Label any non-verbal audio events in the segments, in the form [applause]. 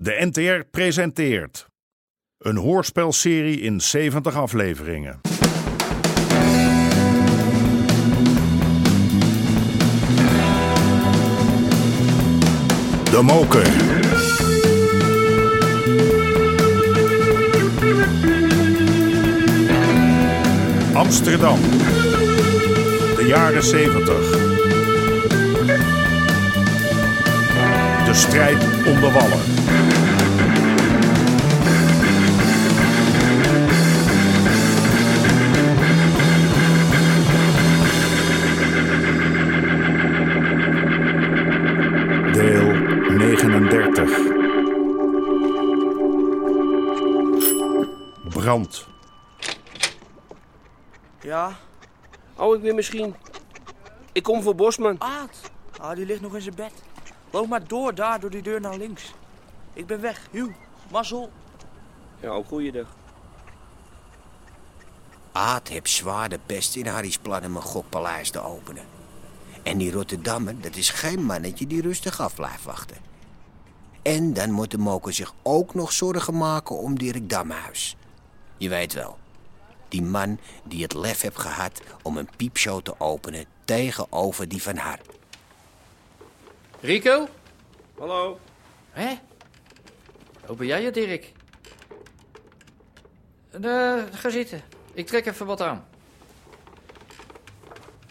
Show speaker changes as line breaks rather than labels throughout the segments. De NTR presenteert een hoorspelserie in 70 afleveringen. De Moker. Amsterdam. De jaren 70. De strijd om de wallen. Deel 39. Brand.
Ja, oh, ik weer misschien. Ik kom voor Bosman.
Aad. Ah, die ligt nog in zijn bed. Loop maar door daar, door die deur naar links. Ik ben weg. Huw, mazzel.
Ja, ook goeiedag.
Aad heeft zwaar de best in Harry's plan om een gokpaleis te openen. En die Rotterdammer, dat is geen mannetje die rustig af blijft wachten. En dan moet de moker zich ook nog zorgen maken om Dirk Damhuis. Je weet wel, die man die het lef heeft gehad om een piepshow te openen tegenover die van haar.
Rico?
Hallo.
Hè? Hoe ben jij het, Dirk? Eh, ga zitten. Ik trek even wat aan.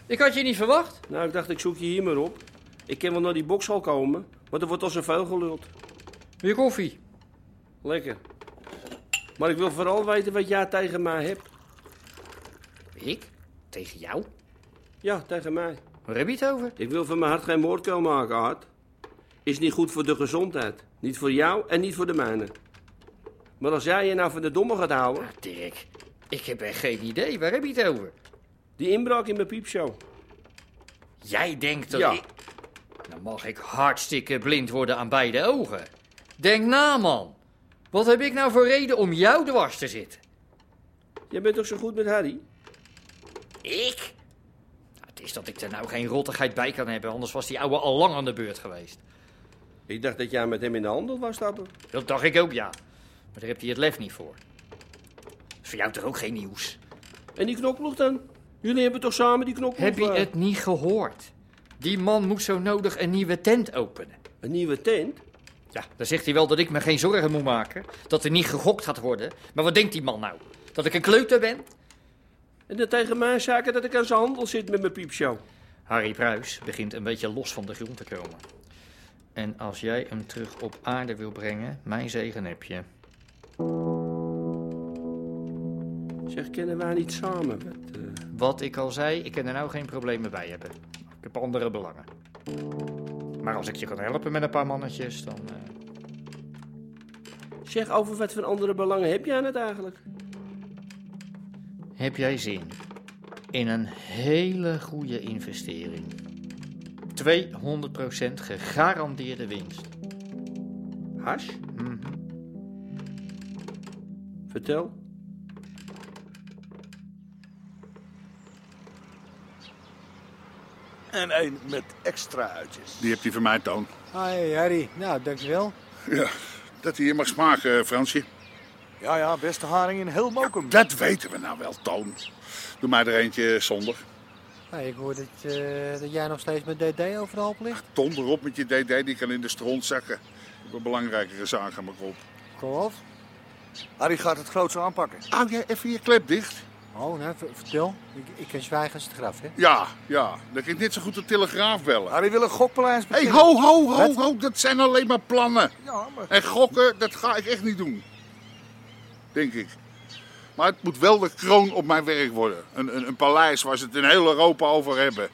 Ik had je niet verwacht.
Nou, ik dacht, ik zoek je hier maar op. Ik kan wel naar die boxhal komen, maar er wordt al zoveel geluld.
Weer koffie.
Lekker. Maar ik wil vooral weten wat jij tegen mij hebt.
Ik? Tegen jou?
Ja, tegen mij.
Waar heb je het over?
Ik wil van mijn hart geen moordkuil maken, Art. Is niet goed voor de gezondheid. Niet voor jou en niet voor de mijne. Maar als jij je nou van de domme gaat houden...
Ah, Dirk, ik heb echt geen idee. Waar heb je het over?
Die inbraak in mijn piepshow.
Jij denkt dat
Ja.
ik... Dan mag ik hartstikke blind worden aan beide ogen. Denk na, man. Wat heb ik nou voor reden om jou dwars te zitten?
Jij bent toch zo goed met Harry?
Ik? Nou, Het is dat ik er nou geen rottigheid bij kan hebben, anders was die ouwe al lang aan de beurt geweest.
Ik dacht dat jij met hem in de handel was stappen.
Dat dacht ik ook, ja. Maar daar heb hij het lef niet voor. Is voor jou toch ook geen nieuws?
En die knokploeg dan? Jullie hebben toch samen die knokploeg?
Heb je
eh,
het niet gehoord? Die man moet zo nodig een nieuwe tent openen.
Een nieuwe tent?
Ja, dan zegt hij wel dat ik me geen zorgen moet maken. Dat er niet gegokt gaat worden. Maar wat denkt die man nou? Dat ik een kleuter ben?
En dan tegen mij zaken dat ik aan zijn handel zit met mijn piepshow.
Harry Pruis begint een beetje los van de grond te komen. En als jij hem terug op aarde wil brengen, mijn zegen heb je.
Zeg, kennen wij niet samen? Wat, eh,
Wat ik al zei, ik kan er nou geen problemen bij hebben. Ik heb andere belangen. Maar als ik je kan helpen met een paar mannetjes, dan. eh,
Zeg, over wat voor andere belangen heb jij het eigenlijk?
heb jij zin in een hele goede investering? 200% gegarandeerde winst.
Hash?
Mhm.
Vertel.
En één met extra uitjes.
Die heb je van mij, Toon.
Hi Harry, nou dankjewel.
Ja, dat hij hier mag smaken, eh, Fransje.
Ja, ja, beste haring in heel Mokum.
Dat weten we nou wel, Toon. Doe maar er eentje zonder.
Hey, ik hoor dat, eh, dat jij nog steeds met DD overal ligt.
Ton erop met je DD, die kan in de stront zakken. Ik heb een belangrijkere zaak aan mijn kop.
Kom af.
Harry gaat het grootste aanpakken.
Hou jij even je klep dicht?
Oh, nou, ver- vertel. Ik, ik kan zwijgen als het graf, hè?
Ja, ja. Dan kan ik net zo goed de telegraaf bellen.
Harry wil een gokpaleis
Hé, hey,
beginnen.
ho, ho, ho, ho. Dat zijn alleen maar plannen.
Ja, maar...
En gokken, dat ga ik echt niet doen. Denk ik. Maar het moet wel de kroon op mijn werk worden. Een, een, een paleis waar ze het in heel Europa over hebben.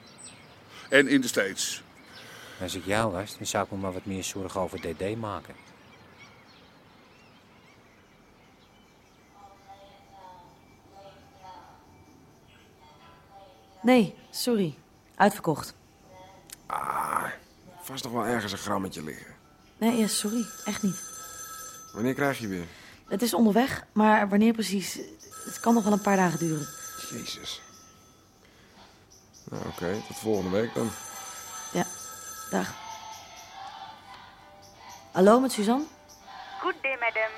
En in de States.
Als ik jou was, dan zou ik me maar wat meer zorgen over DD maken.
Nee, sorry. Uitverkocht.
Vast nog wel ergens een grammetje liggen.
Nee, ja, sorry. Echt niet.
Wanneer krijg je weer?
Het is onderweg, maar wanneer precies? Het kan nog wel een paar dagen duren.
Jezus. Nou, oké. Tot volgende week dan.
Ja, dag. Hallo, met Suzanne?
Good day, madam.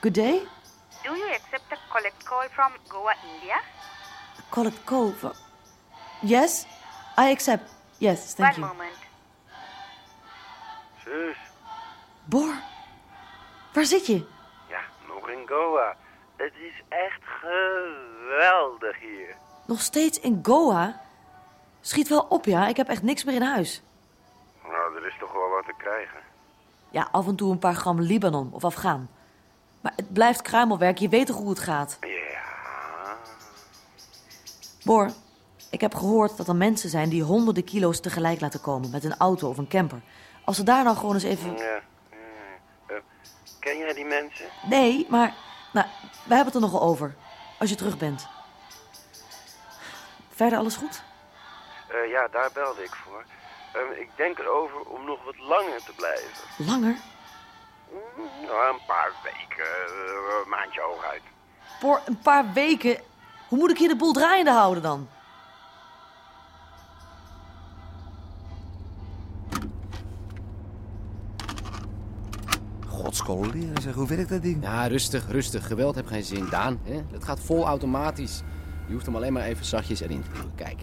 Good day?
Do you accept a collect call from Goa, India?
Collect call for... Yes? I accept. Yes, thank
One
you.
moment.
Zus,
Bor, waar zit je?
ja, nog in Goa. Het is echt geweldig hier.
Nog steeds in Goa? Schiet wel op, ja. Ik heb echt niks meer in huis.
Nou, er is toch wel wat te krijgen.
Ja, af en toe een paar gram Libanon of Afghaan. Maar het blijft kruimelwerk. Je weet toch hoe het gaat?
Ja,
Bor, ik heb gehoord dat er mensen zijn die honderden kilo's tegelijk laten komen met een auto of een camper. Als ze daar nou gewoon eens even.
ja. Eh, ken jij die mensen?
Nee, maar. Nou, we hebben het er nog wel over. Als je terug bent. Verder alles goed?
Eh, ja, daar belde ik voor. Eh, ik denk erover om nog wat langer te blijven.
Langer?
Nou, een paar weken, eh, een maandje hooguit.
Voor een paar weken. Hoe moet ik hier de boel draaiende houden dan?
Godscholeren zeg, hoe werkt dat ding? Ja, rustig, rustig. Geweld heeft geen zin, Daan. Hè? Dat gaat vol automatisch. Je hoeft hem alleen maar even zachtjes erin te duwen. Kijk.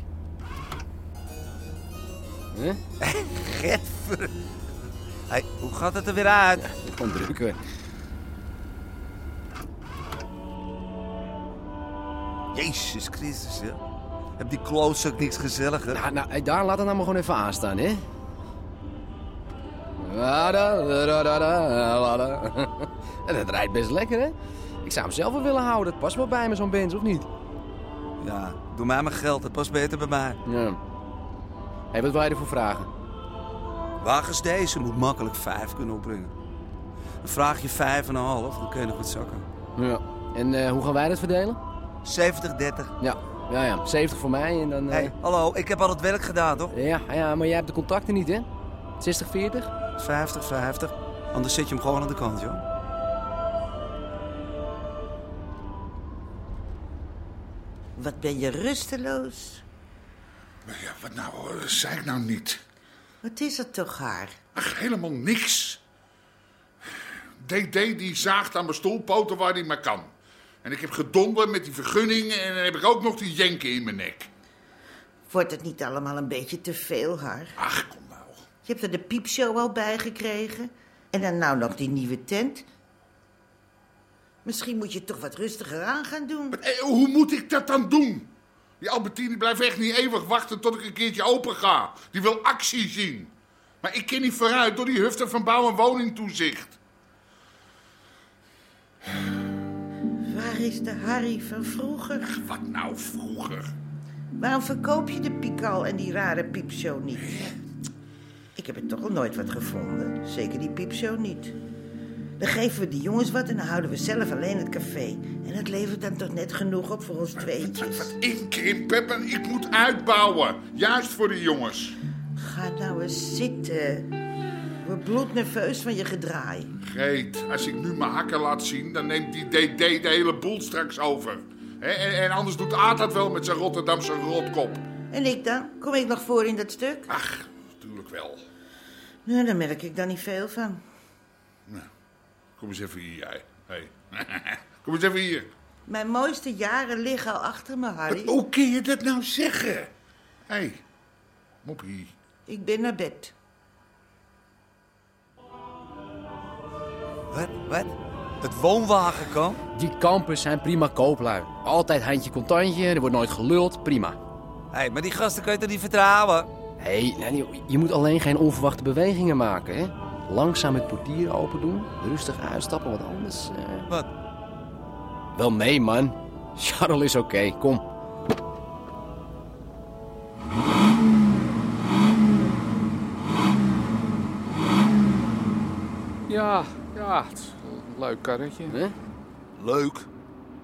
Hè? Getver. hoe gaat het er weer uit? gewoon drukken. Jezus Christus, hè? Heb die klootzak niks gezelliger? Nou, nou hey, Daan, laat het nou maar gewoon even aanstaan, hè? [laughs] En dat rijdt best lekker, hè? Ik zou hem zelf wel willen houden. Dat past wel bij me, zo'n Benz, of niet? Ja, doe mij mijn geld. Dat past beter bij mij. Ja. hey, wat wil je ervoor vragen?
Wagens deze moet makkelijk vijf kunnen opbrengen. Dan vraag je vijf en een half, dan kun je nog wat zakken.
Ja. En eh, hoe gaan wij dat verdelen? 70-30. Ja. ja, ja. 70 voor mij en dan... eh,
Hey,
hallo, ik heb al het werk gedaan, toch? Ja, ja, maar jij hebt de contacten niet, hè? 60-40?
50, 50. Anders zet je hem gewoon aan de kant, joh.
Wat ben je rusteloos?
Ja, wat nou, hoor, zei ik nou niet.
Wat is het toch haar?
Ach, helemaal niks. DD die zaagt aan mijn stoelpoten waar hij maar kan. En ik heb gedonder met die vergunning en dan heb ik ook nog die jenken in mijn nek.
Wordt het niet allemaal een beetje te veel haar?
Ach, kom nou.
Je hebt er de piepshow al bij gekregen. En dan nou nog die nieuwe tent. Misschien moet je het toch wat rustiger aan gaan doen.
Eh, hoe moet ik dat dan doen? Die Albertine blijft echt niet eeuwig wachten tot ik een keertje open ga. Die wil actie zien. Maar ik ken niet vooruit door die hufter van bouw- en woningtoezicht.
Waar is de Harry van vroeger?
Wat nou vroeger?
Waarom verkoop je de pikal en die rare piepshow niet? Ik heb er toch al nooit wat gevonden. Zeker die piepshow niet. Dan geven we die jongens wat en dan houden we zelf alleen het café. En dat levert dan toch net genoeg op voor ons tweetjes.
Inkrimpen en ik moet uitbouwen. Juist voor de jongens.
Ga nou eens zitten. Ik word bloednerveus van je gedraai.
Greet, als ik nu mijn hakken laat zien, dan neemt die DD de hele boel straks over. Hè, en, en anders doet Aad dat wel met zijn Rotterdamse rotkop.
En ik dan? Kom ik nog voor in dat stuk?
Ach. Natuurlijk wel.
Nou, daar merk ik dan niet veel van.
Nou, kom eens even hier, jij. Hey. [laughs] kom eens even hier.
Mijn mooiste jaren liggen al achter me, Harry.
Hoe kun je dat nou zeggen? Hé, hey. moppie.
Ik ben naar bed.
Wat? Wat? Het woonwagenkamp? Die kampers zijn prima kooplui. Altijd handje contantje, er wordt nooit geluld, prima. Hé, maar die gasten kan je toch niet vertrouwen? Hé, nou, je- je moet alleen geen onverwachte bewegingen maken, hè? Langzaam het portier open doen, rustig uitstappen, want anders... Wat? Wel mee, man. Charles is oké, kom.
Ja, ja. het is een Leuk karretje. Leuk.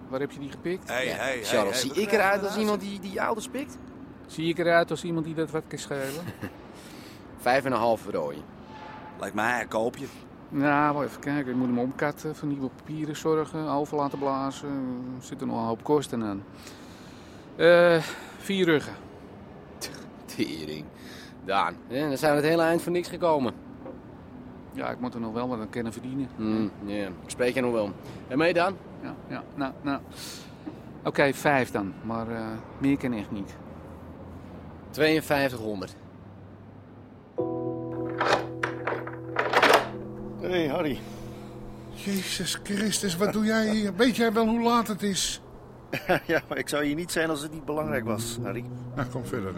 Waar heb je die gepikt?
Hey, hey, hey,
Charles,
hey,
zie
wat
ik
krijgen we
eruit als
daarnaast?
iemand die, die ouders pikt? Zie ik eruit als iemand die dat wat kan schelen?
[laughs] Vijf en een half rooien.
Lijkt mij een koopje.
nou, maar even kijken. Ik moet hem omkatten, voor nieuwe papieren zorgen, halve laten blazen. Er zitten nog een hoop kosten aan. Eh, vier ruggen.
Tering. Daan, hè, dan zijn we het hele eind voor niks gekomen.
Ja, ik moet er nog wel wat aan kunnen verdienen.
Hmm, ja, ik spreek je nog wel. En mee dan?
Ja, ja, nou, nou. Oké, vijf dan. Maar eh, meer kan echt niet.
5200.
Hé, hey, Harry. Jezus Christus, wat doe jij hier? Weet jij wel hoe laat het is?
ja, maar ik zou hier niet zijn als het niet belangrijk was, Harry.
Nou, kom verder.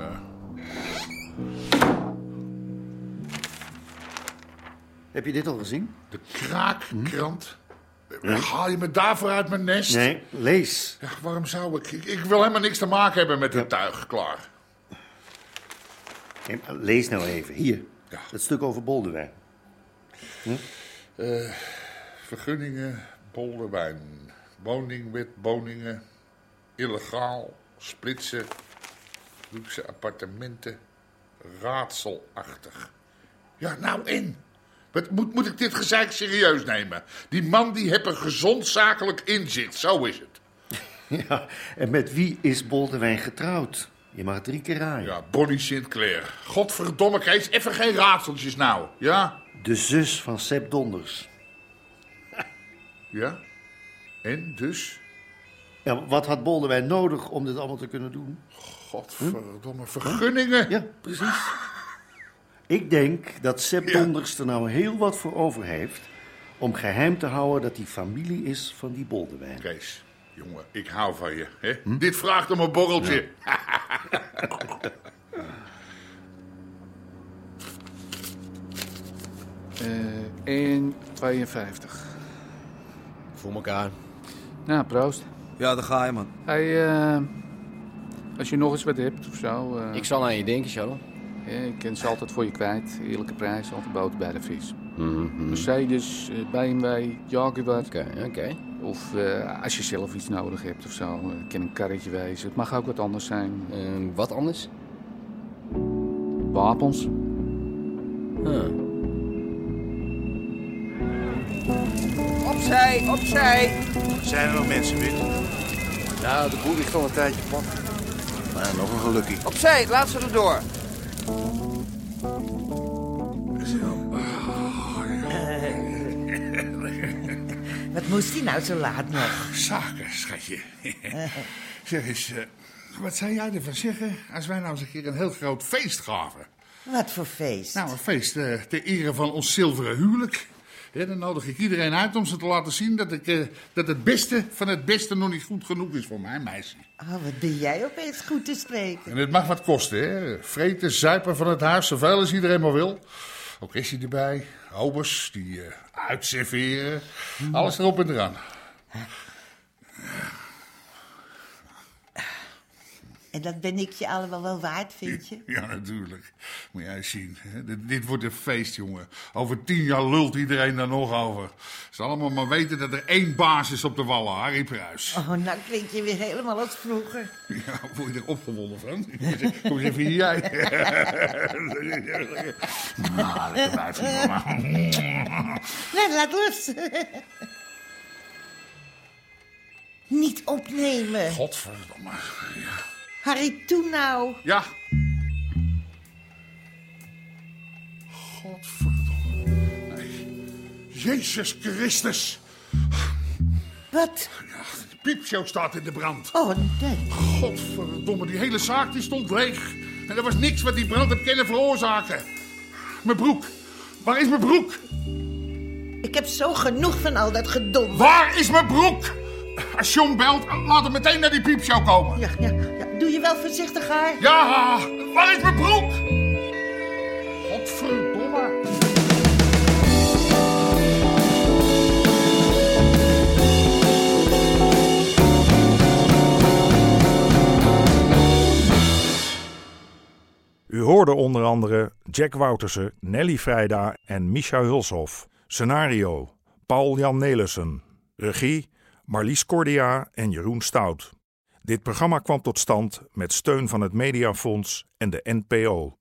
Heb je dit al gezien? Hm?
De kraakkrant. Haal je me daarvoor uit mijn nest?
Nee, lees.
Ja, waarom zou ik? ik? Ik wil helemaal niks te maken hebben met het tuig. Klaar.
Nee, maar lees nou even. Hier. Dat stuk over Boldewijn. Hm?
Eh, vergunningen, bolderwijn. Woningwet, woningen. Illegaal, splitsen. Luxe appartementen. Raadselachtig. Ja, nou in. Wat, moet, moet ik dit gezeik serieus nemen? Die man die heeft een gezond zakelijk inzicht, zo is het.
[laughs] Ja, en met wie is Boldewijn getrouwd? Je mag drie keer raaien.
Ja, Bonnie Sinclair. Godverdomme, Kees, even geen raadseltjes nou, ja?
De zus van Sepp Donders.
Ja? En dus?
Ja, wat had Boldewijn nodig om dit allemaal te kunnen doen?
Godverdomme, vergunningen.
Hm? Ja, precies. Ik denk dat Sepp Donders er nou heel wat voor over heeft... om geheim te houden dat hij familie is van die Boldewijn.
Kees, jongen, ik hou van je. Hè? Dit vraagt om een borreltje.
Eh 1,52.
Voor elkaar.
Nou, proost.
Ja, daar ga je, man.
Hey, eh, als je nog eens wat hebt of zo.
Ik zal aan je denken, Charles.
ik ken ze altijd voor je kwijt. Eerlijke prijs, altijd boter bij de vis. Mercedes, eh, BMW, Jaguar. Oké,
oké.
Of eh, als je zelf iets nodig hebt of zo. eh, Het kan een karretje wezen. Het mag ook wat anders zijn.
Eh, wat anders?
Wapens.
Opzij, opzij.
Zijn er nog mensen binnen?
Nou, de boer ligt al een tijdje plat.
Maar nog een gelukkie.
Opzij, laat ze erdoor.
Wat moest hij nou zo laat nog?
Zaken,
[laughs]
schatje. zeg eens, eh, wat zou jij ervan zeggen als wij nou eens een keer een heel groot feest gaven?
Wat voor feest?
Nou, een feest eh, ter ere van ons zilveren huwelijk. Hè, dan nodig ik iedereen uit om ze te laten zien dat, ik, eh, dat het beste van het beste nog niet goed genoeg is voor mijn meisje.
Oh, wat ben jij opeens goed te spreken.
En het mag wat kosten, hè? Vreten, zuipen van het huis, zoveel als iedereen maar wil. Ook is hij erbij, obers die eh uitserveren,
Hmm.
alles erop en eraan.
En dat ben ik je allemaal wel waard, vind je?
[laughs] Ja, natuurlijk. Moet jij eens zien. Hè? Dit, dit wordt een feest, jongen. Over tien jaar lult iedereen daar nog over. Ze allemaal maar weten dat er één baas is op de wallen, Harry Pruis.
Oh, nou klink je weer helemaal als vroeger.
Ja, word je er opgewonden van? [laughs] Kom eens even hier, jij. [laughs] Maar, Nou, lekker wijfje, mama.
[laughs] Nee, Nou, laat los. [laughs] Niet opnemen.
Godverdomme.
Harry, toe nou.
Ja. Jezus Christus.
Wat?
Ja, de piepshow staat in de brand.
Oh, nee.
Godverdomme, die hele zaak die stond leeg. En er was niks wat die brand had kunnen veroorzaken. Mijn broek. Waar is mijn broek?
Ik heb zo genoeg van al dat gedonder.
Waar is mijn broek? Als John belt, laat hem meteen naar die piepshow komen.
Ja, ja, ja. Doe je wel voorzichtig, haar.
Ja, waar is mijn broek? Godverdomme.
U hoorde onder andere Jack Woutersen, Nelly Vrijda en Misha Hulshoff. Scenario: Paul-Jan Nelissen. Regie: Marlies Cordia en Jeroen Stout. Dit programma kwam tot stand met steun van het Mediafonds en de NPO.